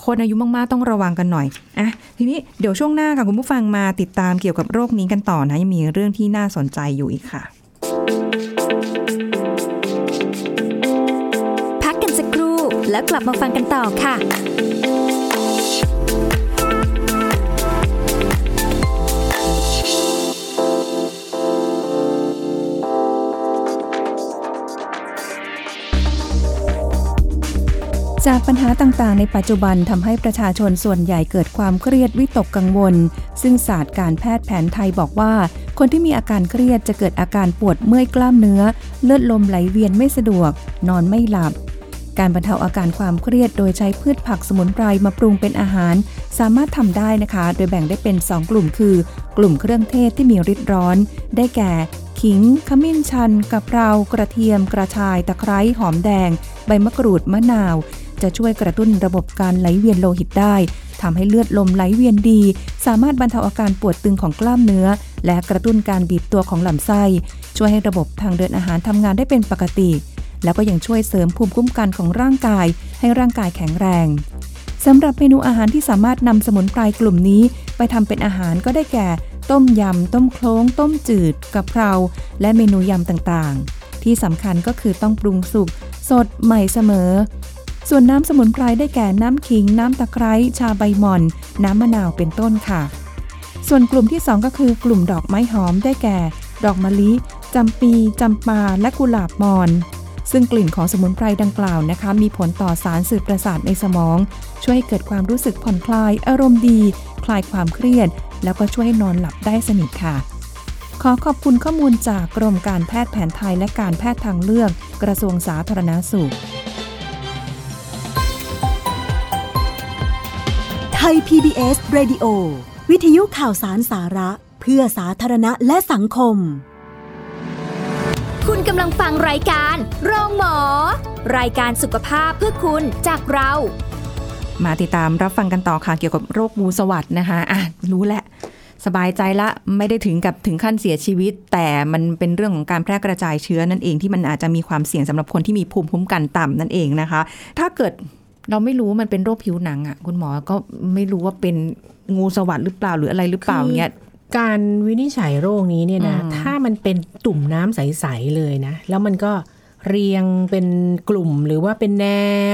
Speaker 2: คนอายุมากๆต้องระวังกันหน่อยอ่ะทีนี้เดี๋ยวช่วงหน้าค่ะคุณผู้ฟังมาติดตามเกี่ยวกับโรคนี้กันต่อนะยังมีเรื่องที่น่าสนใจอยู่อีกค่ะ
Speaker 1: พักกันสักครู่ แล้วกลับมาฟังกันต่อค่ะ
Speaker 2: จากปัญหาต่างๆ ในปัจจุบันทำให้ประชาชนส่วนใหญ่เกิดความเครียดวิตกกังวล ซึ่งศาสตร์การแพทย์แผนไทยบอกว่า คนที่มีอาการเครียดจะเกิดอาการปวดเมื่อยกล้ามเนื้อ เลือดลมไหลเวียนไม่สะดวก นอนไม่หลับ การบรรเทาอาการความเครียดโดยใช้พืชผักสมุนไพรมาปรุงเป็นอาหาร สามารถทำได้นะคะ โดยแบ่งได้เป็น 2 กลุ่มคือ กลุ่มเครื่องเทศที่มีฤทธิ์ร้อน ได้แก่ ขิง ขมิ้นชันกะเพรากระเทียม กระชาย ตะไคร้หอมแดง ใบมะกรูดมะนาว จะช่วยกระตุ้นระบบการไหลเวียนโลหิตได้ทำให้เลือดลมไหลเวียนดี สามารถบรรเทาอาการปวดตึงของกล้ามเนื้อ และกระตุ้นการบีบตัวของลำไส้ ช่วยให้ระบบทางเดินอาหารทำงานได้เป็นปกติ แล้วก็ยังช่วยเสริมภูมิคุ้มกันของร่างกาย ให้ร่างกายแข็งแรงสำหรับเมนูอาหารที่สามารถนำสมุนไพรกลุ่มนี้ ไปทำเป็นอาหารก็ได้แก่ ต้มยำ ต้มโคลงต้มจืดกะเพรา และเมนูยำต่างๆ ที่สำคัญก็คือต้องปรุงสุกสดใหม่เสมอ ส่วนน้ำสมุนไพรได้แก่น้ำขิง น้ำตะไคร้ ชาใบหม่อน น้ำมะนาวเป็นต้นค่ะ ส่วนกลุ่มที่ 2 ก็คือกลุ่มดอกไม้หอมได้แก่ ดอกมะลิจำปีจำปาและกุหลาบมอน ซึ่งกลิ่นของสมุนไพรดังกล่าวนะคะ มีผลต่อสารสื่อประสาทในสมอง ช่วยให้เกิดความรู้สึกผ่อนคลาย อารมณ์ดี คลายความเครียด แล้วก็ช่วยให้นอนหลับได้สนิทค่ะ ขอขอบคุณข้อมูลจากกรมการแพทย์แผนไทยและการแพทย์ทางเลือก กระทรวงสาธารณสุข
Speaker 4: ไทย PBS Radio วิทยุข่าวสารสาระ เพื่อสาธารณะและสังคม
Speaker 1: คุณกำลังฟังรายการโรงหมอ รายการสุขภาพเพื่อคุณจากเรา
Speaker 2: มาติดตามรับฟังกันต่อค่ะเกี่ยวกับโรคงูสวัสดนะคะอ่ะรู้แหละ สบายใจละไม่ได้ถึงกับถึงขั้นเสียชีวิต แต่มันเป็นเรื่องของการแพร่กระจายเชื้อนั่นเองที่มันอาจจะมีความเสี่ยงสำหรับคนที่มีภูมิคุ้มกันต่ำนั่นเองนะคะ ถ้าเกิดเราไม่รู้มันเป็นโรคผิวหนังอ่ะคุณหมอก็ไม่รู้ว่าเป็นงูสวัสดหรือเปล่าหรืออะไรหรือเปล่า
Speaker 3: คือ
Speaker 2: เงี้ย
Speaker 3: การวินิจฉัยโรคนี้เนี่ยนะ
Speaker 2: อืม
Speaker 3: ถ้ามันเป็นตุ่มน้ำใส ๆ เลยนะ แล้วมันก็เรียงเป็นกลุ่มหรือว่าเป็นแน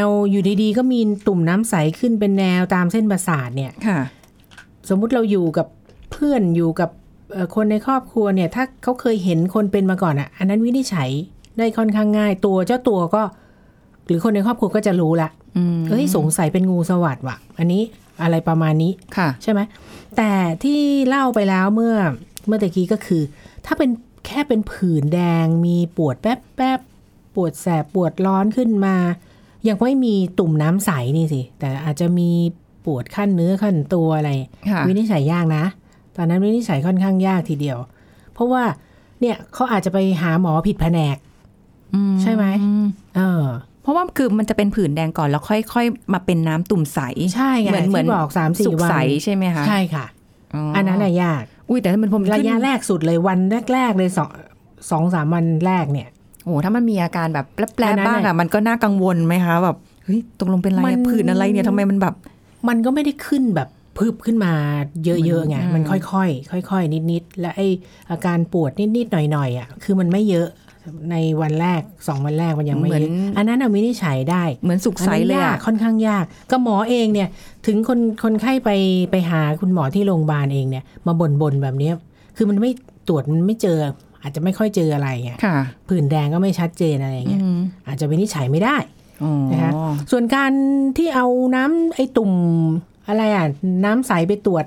Speaker 3: ว อยู่ดีๆ ก็มีตุ่มน้ำใสขึ้นเป็นแนวตามเส้นประสาทเนี่ย
Speaker 2: ค่ะ
Speaker 3: สมมุติเราอยู่กับเพื่อนอยู่กับเอ่อคนในครอบครัวเนี่ย ถ้าเขาเคยเห็นคนเป็นมาก่อนอ่ะ อันนั้นวินิจฉัยได้ค่อนข้างง่าย ตัวเจ้าตัวก็ หรือคนในครอบครัวก็จะรู้ละ
Speaker 2: อืม
Speaker 3: เอ้ยสงสัยเป็นงูสวัสดว่ะ อันนี้อะไรประมาณนี้
Speaker 2: ค่ะ
Speaker 3: ใช่ไหมแต่ที่เล่าไปแล้วเมื่อเมื่อตะกี้ก็คือ ถ้าเป็นแค่เป็นผื่นแดงมีปวดแป๊บแป๊บปวดแสบปวดร้อนขึ้นมา ยังไม่มีตุ่มน้ำใสนี่สิ แต่อาจจะมีปวดขั้นเนื้อขั้นตัวอะไร
Speaker 2: ค่ะ
Speaker 3: วินิจฉัยยากนะ ตอนนั้นวินิจฉัยค่อนข้างยากทีเดียว เพราะว่าเนี่ยเขาอาจจะไปหาหมอผิดแผนก
Speaker 2: อื
Speaker 3: ใช่ไหม เออ
Speaker 2: เพราะว่าคือมันจะเป็นผื่นแดงก่อนแล้วค่อยๆ มาเป็นน้ำตุ่มใส
Speaker 3: ใช่ไง
Speaker 2: เหมือนเหมือน
Speaker 3: ที่บอกสามสี่
Speaker 2: สุก
Speaker 3: วัน
Speaker 2: ใสใช่ไหมคะ
Speaker 3: ใช่ค่ะ อันนั้น
Speaker 2: อะ
Speaker 3: น่ะยาก
Speaker 2: อุ้ยแต่ถ้ามันผม
Speaker 3: ระยะ
Speaker 2: ขึ้น
Speaker 3: แรกสุดเลยวันแรก ๆ เลยสองสองสามวันแรกเนี่ย
Speaker 2: โอ้โหถ้ามันมีอาการแบบแปล
Speaker 3: อั
Speaker 2: บ
Speaker 3: น
Speaker 2: ๆ
Speaker 3: นั้น
Speaker 2: บ้าง
Speaker 3: น่ะ
Speaker 2: อ่ะมันก็น่ากังวลไหมคะแบบเฮ้ยตกลงเป็นอะไร
Speaker 3: มั
Speaker 2: อะ
Speaker 3: น
Speaker 2: ผื่นอะไรเนี่ยทำไมมันแบบ
Speaker 3: มันก็ไม่ได้ขึ้นแบบพึบขึ้นมาเยอะๆไง
Speaker 2: อืม
Speaker 3: มันค่อยๆค่อยๆนิดๆและไออาการปวดนิดๆหน่อยๆอ่ะคือมันไม่เยอะในวันแรกสองวันแรกมันยังไม่เยอะอันนั้นอะวินิจฉัยได้
Speaker 2: เหมือนสุกใสเลย
Speaker 3: อัน
Speaker 2: อะ
Speaker 3: นี้ากค่อนข้างยาก ก็หมอเองเนี่ย ถึงคนคนไข้ไปไปหาคุณหมอที่โรงพยาบาลเองเนี่ย มาบ่นบ่นๆแบบเนี้ยคือมันไม่ตรวจมันไม่เจอ อาจจะไม่ค่อยเจออะไรไง
Speaker 2: ค่ะ
Speaker 3: ผื่นแดงก็ไม่ชัดเจนอะไรอย่างเงี้ย
Speaker 2: อืม
Speaker 3: อาจจะวินิจฉัยไม่ได้
Speaker 2: อ๋อ
Speaker 3: นะคะ ส่วนการที่เอาน้ำไอ้ตุ่มอะไรอ่ะน้ำใสไปตรวจ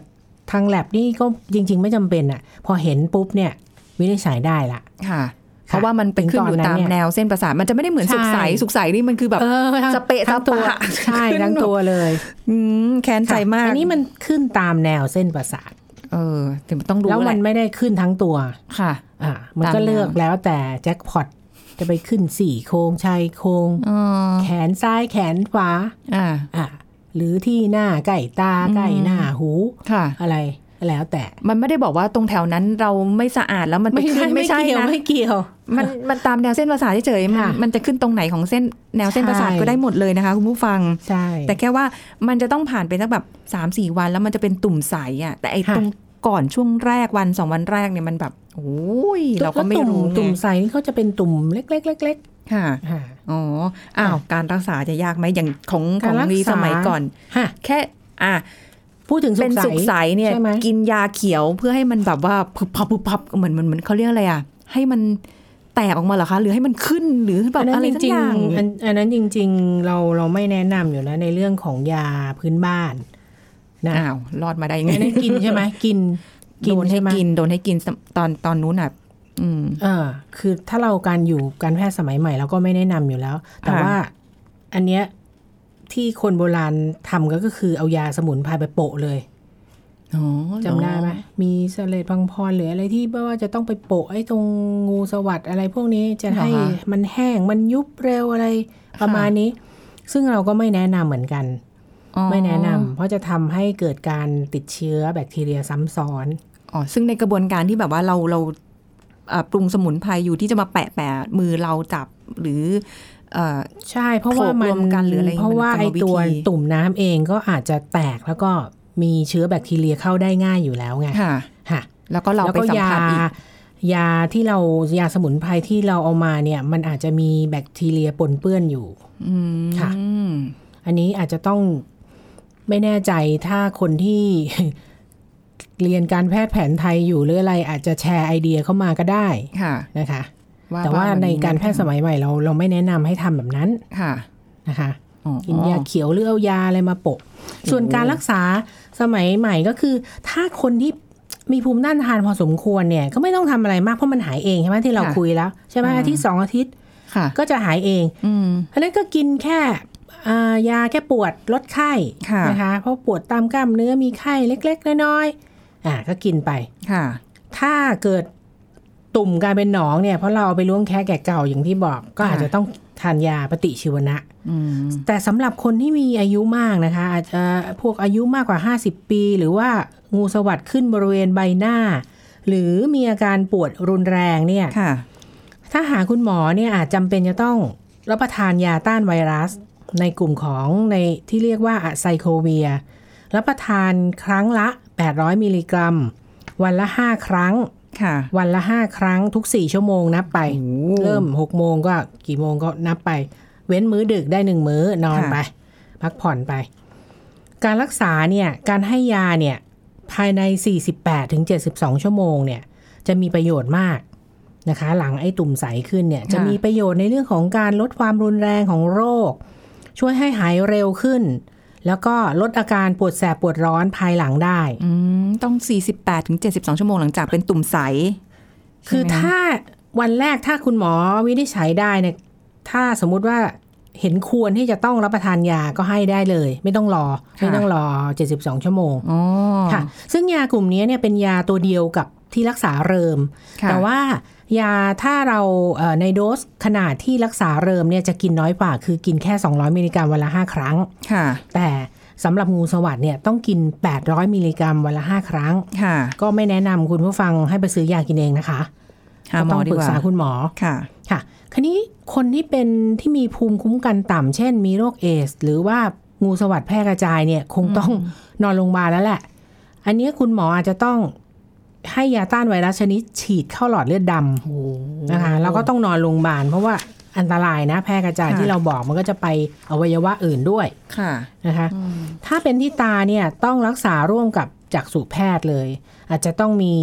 Speaker 3: ทางแลบนี่ก็จริง ๆ ไม่จำเป็นอ่ะ พอเห็นปุ๊บเนี่ยวินิจฉัยได้ละ
Speaker 2: ค่ะ เพราะว่ามันไปขึ้นอยู่ตามแนวเส้นประสาทมันจะไม่ได้เหมือนสุกใส
Speaker 3: ใช่
Speaker 2: สุกใสนี่มันคือแบบ
Speaker 3: เออทั้ง
Speaker 2: สเปะสปะ
Speaker 3: ทั้ง ตัวใช่
Speaker 2: ขึ้น
Speaker 3: ทั้งตัวเลย
Speaker 2: อืมแค้นใจมาก
Speaker 3: อันนี้มันขึ้นตามแนวเส้นประสาท
Speaker 2: เออถึงต้องรู้
Speaker 3: แล้ว
Speaker 2: แห
Speaker 3: มั
Speaker 2: ละ
Speaker 3: นไม่ได้ขึ้นทั้งตัว
Speaker 2: ค่ะ
Speaker 3: อ่า มัน
Speaker 2: ตาม
Speaker 3: ก็เลือก
Speaker 2: แนว
Speaker 3: แล้วแต่แจ็คพอตจะไปขึ้นสี่โครงชายโครง
Speaker 2: อ๋อ
Speaker 3: แขนซ้ายแขนขวา
Speaker 2: อ่า
Speaker 3: อ่า หรือที่หน้าใกล้ตา
Speaker 2: อืม
Speaker 3: ใกล้หน้าหู
Speaker 2: ค่ะ
Speaker 3: อะไรแล้วแต่
Speaker 2: มันไม่ได้บอกว่าตรงแถวนั้นเราไม่สะอาดแล้วมันไปขึ้นไม่ใช่
Speaker 3: เกี่ยว
Speaker 2: นะ
Speaker 3: ไม่เกี่ยว
Speaker 2: มันมันตามแนวเส้นประสาทเฉยๆมัน
Speaker 3: ค่ะ
Speaker 2: มันจะขึ้นตรงไหนของเส้นแนวเส้นประสาท
Speaker 3: ใช่
Speaker 2: ก็ได้หมดเลยนะคะคุณผู้ฟัง
Speaker 3: ใช่
Speaker 2: แต่แค่ว่ามันจะต้องผ่านไปสักแบบสามสี่วันแล้วมันจะเป็นตุ่มใสอ่ะแต่ไอ้
Speaker 3: ค่ะ
Speaker 2: ตรงก่อนช่วงแรกวันสองวันแรกเนี่ยมันแบบโอ้ยเราก็ไม่
Speaker 3: ตุ่
Speaker 2: รู้ไง
Speaker 3: ตุ่มใสนี่เขาจะเป็นตุ่มเล็กๆเล็ก
Speaker 2: ค่ะ
Speaker 3: ๆค่ะ
Speaker 2: อ๋ออ้าวการรักษาจะยากไหมอย่างของของ
Speaker 3: การรักษา
Speaker 2: รีสมัยก่อน
Speaker 3: ฮะ
Speaker 2: แค่อ่ะ
Speaker 3: พูดถึงสุ
Speaker 2: เป็น
Speaker 3: กใส
Speaker 2: สุกใสเนี่ย
Speaker 3: ใช่ไหม
Speaker 2: กินยาเขียวเพื่อให้มันแบบว่าพึบพับพึบพับเหมือนเหมือนเหมือนเขาเรียกอะไรอ่ะ ให้มันแตกออกมาเหรอคะ หรือให้มันขึ้นหรือแบบ
Speaker 3: นนั้น
Speaker 2: อะไรสัก
Speaker 3: จริ
Speaker 2: อง ย่าง
Speaker 3: ๆอันอันนั้นจริง ๆ เราเราไม่แนะนำอยู่แล้วในเรื่องของยาพื้นบ้านนะ
Speaker 2: อ้าวรอดมาได้ไง
Speaker 3: อันนั้นกินใช่ไหมกินกิ
Speaker 2: โด
Speaker 3: น
Speaker 2: นให้
Speaker 3: ใช่ไหม
Speaker 2: กินโดนให้กินสมตอนตอนนู้นอ่ะอืม
Speaker 3: เออ คือถ้าเราการอยู่การแพทย์สมัยใหม่เราก็ไม่แนะนำอยู่แล้ว แต่
Speaker 2: ค่ะ
Speaker 3: ว่าอันเนี้ยที่คนโบราณทำก็คือเอายาสมุนไพรไปโปะเลย
Speaker 2: อ๋อ
Speaker 3: จำได้ไหมมีเสลดพังพรหรืออะไรที่ว่าจะต้องไปโปะไอ้ตรงงูสวัสดอะไรพวกนี้จะให้มันแห้งมันยุบเร็วอะไรประมาณนี้ ซึ่งเราก็ไม่แนะนำเหมือนกัน
Speaker 2: อ๋อ
Speaker 3: ไม่แนะนำเพราะจะทำให้เกิดการติดเชื้อแบคทีเรียซ้ำซ้อน
Speaker 2: อ๋อซึ่งในกระบวนการที่แบบว่าเราเราเอ่อปรุงสมุนไพรอยู่ที่จะมาแปะแปะมือเราจับหรือ เอ่อ
Speaker 3: ใช่เพราะว่า
Speaker 2: โขลก
Speaker 3: มั
Speaker 2: รวนมกันหรืออะไรอย่างเงี้ย
Speaker 3: เพราะว่า
Speaker 2: มัน
Speaker 3: ไอ
Speaker 2: ร
Speaker 3: ก
Speaker 2: รมวิธี
Speaker 3: ตัวตุ่มน้ำเองก็อาจจะแตกแล้วก็มีเชื้อแบคทีเรียเข้าได้ง่ายอยู่แล้วไง
Speaker 2: ค่ะ
Speaker 3: ค่ะ
Speaker 2: แล้วก็เรา
Speaker 3: แล้ว
Speaker 2: ไป
Speaker 3: ก็
Speaker 2: สัม
Speaker 3: ยา
Speaker 2: ผัสอีก
Speaker 3: ยาที่เรายาสมุนไพรที่เราเอามาเนี่ย มันอาจจะมีแบคทีเรียปนเปื้อนอยู่
Speaker 2: อืม
Speaker 3: ค่ะ อันนี้อาจจะต้องไม่แน่ใจถ้าคนที่ เรียนการแพทย์แผนไทยอยู่หรืออะไร อาจจะแชร์ไอเดียเข้ามาก็ได้
Speaker 2: ค่ะ
Speaker 3: นะคะ แต่ว่าในการแพทย์สมัยใหม่เราเราไม่แนะนำให้ทำแบบนั้น
Speaker 2: ค่ะ
Speaker 3: นะคะ
Speaker 2: อ๋อ
Speaker 3: กินยาเขียวหรือเอายาอะไรมาโปะ ส่วนการรักษาสมัยใหม่ก็คือ ถ้าคนที่มีภูมิต้านทานพอสมควรเนี่ย ก็ไม่ต้องทำอะไรมากเพราะมันหายเองใช่ไหมที่เรา
Speaker 2: ค่ะ
Speaker 3: คุยแล้ว ใช่ไหม
Speaker 2: อ่า
Speaker 3: อาทิตย์สองอาทิตย์
Speaker 2: ค่ะ
Speaker 3: ก็จะหายเอง
Speaker 2: อืม
Speaker 3: เพราะฉะนั้นก็กินแค่อ่ายาแค่ปวดลดไข้
Speaker 2: ค่ะ
Speaker 3: นะคะเพราะปวดตามกล้ามเนื้อมีไข้เล็ก ๆ น้อยๆอ่าก็กินไป
Speaker 2: ค่ะ
Speaker 3: ถ้าเกิดตุ่มกลายเป็นหนองเนี่ยเพราะเราเอาไปล้วงแค่แก่เก่าอย่างที่บอก ก็อาจ
Speaker 2: ค่ะ
Speaker 3: จะต้องทานยาปฏิชีวนะ
Speaker 2: อืม
Speaker 3: แต่สำหรับคนที่มีอายุมากนะคะอาจจะพวกอายุมากกว่า 50 ปี หรือว่างูสวัสดขึ้นบริเวณใบหน้า หรือมีอาการปวดรุนแรงเนี่ย
Speaker 2: ค่ะ
Speaker 3: ถ้าหาคุณหมอเนี่ยอาจจำเป็นจะต้องรับประทานยาต้านไวรัส ในกลุ่มของในที่เรียกว่าอะไซโคเวีย รับประทานครั้งละ 800 มิลลิกรัม วันละ 5 ครั้ง
Speaker 2: ค่ะ
Speaker 3: วันละ 5 ครั้งทุก 4 ชั่วโมงนับไป
Speaker 2: โอ้
Speaker 3: เริ่ม 6 โมงก็กี่โมงก็นับไป เว้นมื้อดึกได้ 1 มื้อนอน
Speaker 2: ค่ะ
Speaker 3: ไป พักผ่อนไป การรักษาเนี่ย การให้ยาเนี่ย ภายใน 48ถึง72 ชั่วโมงเนี่ย จะมีประโยชน์มากนะคะ หลังไอ้ตุ่มใสขึ้นเนี่ย จะมีประโยชน์ในเรื่องของการลดความรุนแรงของโรค ช่วยให้หายเร็วขึ้น แล้วก็ลดอาการปวดแสบปวดร้อนภายหลังได้
Speaker 2: อืม ต้อง 48ถึง72 ชั่วโมงหลังจากเป็นตุ่มใส
Speaker 3: คือถ้าวันแรกถ้าคุณหมอวินิจฉัยได้เนี่ยถ้าสมมุติว่าเห็นควรที่จะต้องรับประทานยาก็ให้ได้เลย ไม่ต้องรอ
Speaker 2: ค่ะ
Speaker 3: ไม่ต้องรอ 72 ชั่วโมง
Speaker 2: อ๋อ
Speaker 3: ค่ะ ซึ่งยากลุ่มนี้เนี่ยเป็นยาตัวเดียวกับที่รักษาเริม
Speaker 2: ค่ะ
Speaker 3: แต่ว่ายาถ้าเราเอ่อในโดสขนาดที่รักษาเริมเนี่ยจะกินน้อยกว่า คือกินแค่ 200 มิลลิกรัมวันละ 5 ครั้ง
Speaker 2: ค่ะ
Speaker 3: แต่ สำหรับงูสวัสด์เนี่ยต้องกิน 800 มิลลิกรัมวันละ 5 ครั้ง
Speaker 2: ค่ะ
Speaker 3: ก็ไม่แนะนำคุณผู้ฟังให้ไปซื้อยากินเองนะคะ
Speaker 2: หาหม
Speaker 3: ต้
Speaker 2: อ
Speaker 3: อง
Speaker 2: ดี
Speaker 3: ปรึ
Speaker 2: ก
Speaker 3: ก
Speaker 2: ว่า
Speaker 3: ษาคุณหมอ
Speaker 2: ค่ะ
Speaker 3: ค่ะคันนี้คนที่เป็นที่มีภูมิคุ้มกันต่ำเช่น มีโรคเอส หรือว่างูสวัสด์แพร่กระจายเนี่ย คงต้องนอนโรงพยาบาลแล้วแหละ อันเนี้ยคุณหมออาจจะต้องให้ยาต้านไวรัสชนิดฉีดเข้าหลอดเลือดดำนะคะแล้วก็ต้องนอนโรงพยาบาลเพราะว่าอันตรายนะ แพร่กระจาย
Speaker 2: ค่ะ
Speaker 3: ที่เราบอกมันก็จะไปอวัยวะอื่นด้วย
Speaker 2: ค่ะ
Speaker 3: นะคะ ถ้าเป็นที่ตาเนี่ยต้องรักษาร่วมกับจักษุแพทย์เลย อาจจะต้องมี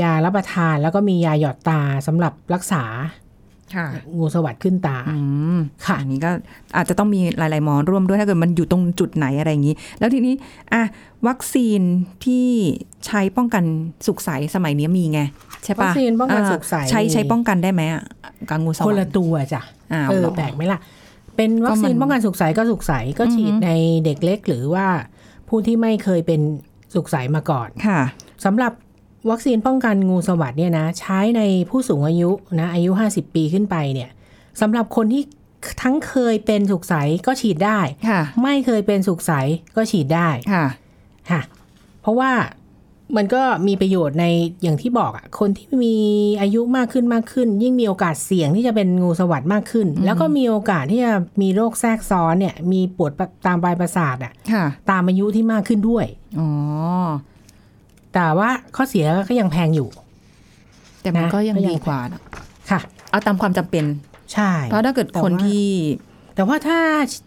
Speaker 3: ยารับประทานแล้วก็มียาหยอดตาสำหรับรักษา
Speaker 2: ค่ะ
Speaker 3: งูสวัสด์ขึ้นตา
Speaker 2: อืม
Speaker 3: ค่ะ
Speaker 2: อันนี้ก็อาจจะต้องมีหลาย ๆ หมอร่วมด้วยถ้าเกิดมันอยู่ตรงจุดไหนอะไรอย่างนี้ แล้วทีนี้อ่ะวัคซีนที่ใช้ป้องกันสุกใสสมัยนี้มีไงใช่ปะ
Speaker 3: วัคซีนป้องกัน
Speaker 2: เ
Speaker 3: สุกใส
Speaker 2: ใช้
Speaker 3: มี
Speaker 2: ใช้ป้องกันได้ไหมอ่ะกังงูสว
Speaker 3: คน
Speaker 2: ร
Speaker 3: ละ
Speaker 2: รค์
Speaker 3: ตัวจ้ะ
Speaker 2: อ้าว
Speaker 3: เออ
Speaker 2: เหรอ
Speaker 3: แปลกไหมล่ะ เป็นวัคซีน
Speaker 2: ก็มัน
Speaker 3: ป้องกันสุกใสก็สุกใสก็ฉีด
Speaker 2: อือหือ
Speaker 3: ในเด็กเล็กหรือว่าผู้ที่ไม่เคยเป็นสุกใสมาก่อน
Speaker 2: ค่ะ
Speaker 3: สำหรับวัคซีนป้องกันงูสวัสด์เนี่ยนะใช้ในผู้สูงอายุนะอายุ 50 ปีขึ้นไปเนี่ยสำหรับคนที่ทั้งเคยเป็นสุกใสก็ฉีดได้
Speaker 2: ค่ะ
Speaker 3: ไม่เคยเป็นสุกใสก็ฉีดได้
Speaker 2: ค่ะ
Speaker 3: ค่ะเพราะว่ามันก็มีประโยชน์ในอย่างที่บอกอะคนที่มีอายุมากขึ้นมากขึ้น ยิ่งมีโอกาสเสี่ยงที่จะเป็นงูสวัสด์มากขึ้น แล้วก็มีโอกาสที่จะมีโรคแทรกซ้อนเนี่ยมีปวดตามปลายประสาทอะ
Speaker 2: ค่ะ
Speaker 3: ตามอายุที่มากขึ้นด้วย
Speaker 2: อ๋อ
Speaker 3: แต่ว่าข้อเสียก็ยังแพงอยู่
Speaker 2: แต่มัน
Speaker 3: นะ
Speaker 2: ก็ยัง
Speaker 3: ก็ยัง
Speaker 2: ดีกว่านะ
Speaker 3: ค่ะ
Speaker 2: เอาตามความจำเป็น
Speaker 3: ใช่
Speaker 2: เพราะถ้าเกิด
Speaker 3: แต่
Speaker 2: คน
Speaker 3: ว่า
Speaker 2: ที่
Speaker 3: แต่ว่าถ้า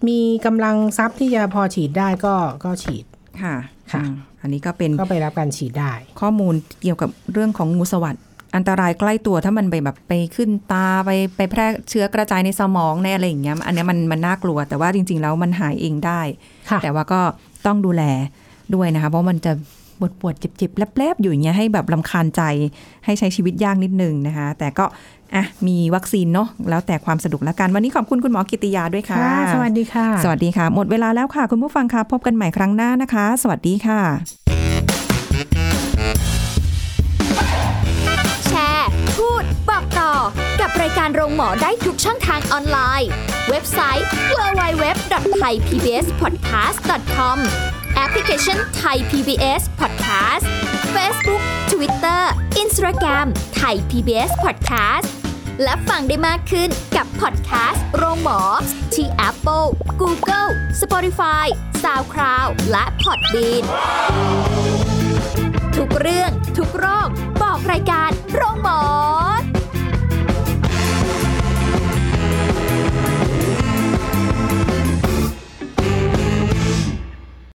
Speaker 3: มีกำลังทรัพย์ที่จะพอฉีดได้ก็ก็ฉีด
Speaker 2: ค่ะ
Speaker 3: ค่ะ
Speaker 2: อืมอันนี้ก็เป็น
Speaker 3: ก็ไปรับการฉีดได้
Speaker 2: ข้อมูลเกี่ยวกับเรื่องของงูสวัสด์อันตรายใกล้ตัวถ้ามันไปแบบไปขึ้นตาไปไปแพร่เชื้อกระจายในสมองในอะไรอย่างเงี้ย อันเนี้ยมันมันน่ากลัว แต่ว่าจริง ๆ แล้วมันหายเองได้
Speaker 3: ค่ะ
Speaker 2: แต่ว่าก็ต้องดูแลด้วยนะคะ เพราะมันจะปวดปวดๆเจ็บๆแลบๆ อยู่อย่างเงี้ยให้แบบลำคาญใจให้ใช้ชีวิตยากนิดนึงนะคะ แต่ก็อ่ะมีวัคซีนเนาะแล้วแต่ความสะดวกแล้วกันวันนี้ขอบคุณคุณหมอกิติยาด้วยค่ะ
Speaker 3: ค่ะ สวัสดีค่ะ
Speaker 2: สวัสดีค่ะ หมดเวลาแล้วค่ะ คุณผู้ฟังค่ะ พบกันใหม่ครั้งหน้านะคะ สวัสดีค่ะ
Speaker 1: แชร์ พูด บอกต่อ กับรายการโรงหมอได้ทุกช่องทางออนไลน์ เว็บไซต์ www.thaipbspodcast.com แอปพลิเคชัน Thai PBS Podcast Facebook Twitter Instagram Thai PBS Podcast และฟังได้มากขึ้นกับพอดแคสต์โรงหมอ ที่ Apple, Google, Spotify, SoundCloud และ Podbean ทุกเรื่องทุกโรคบอก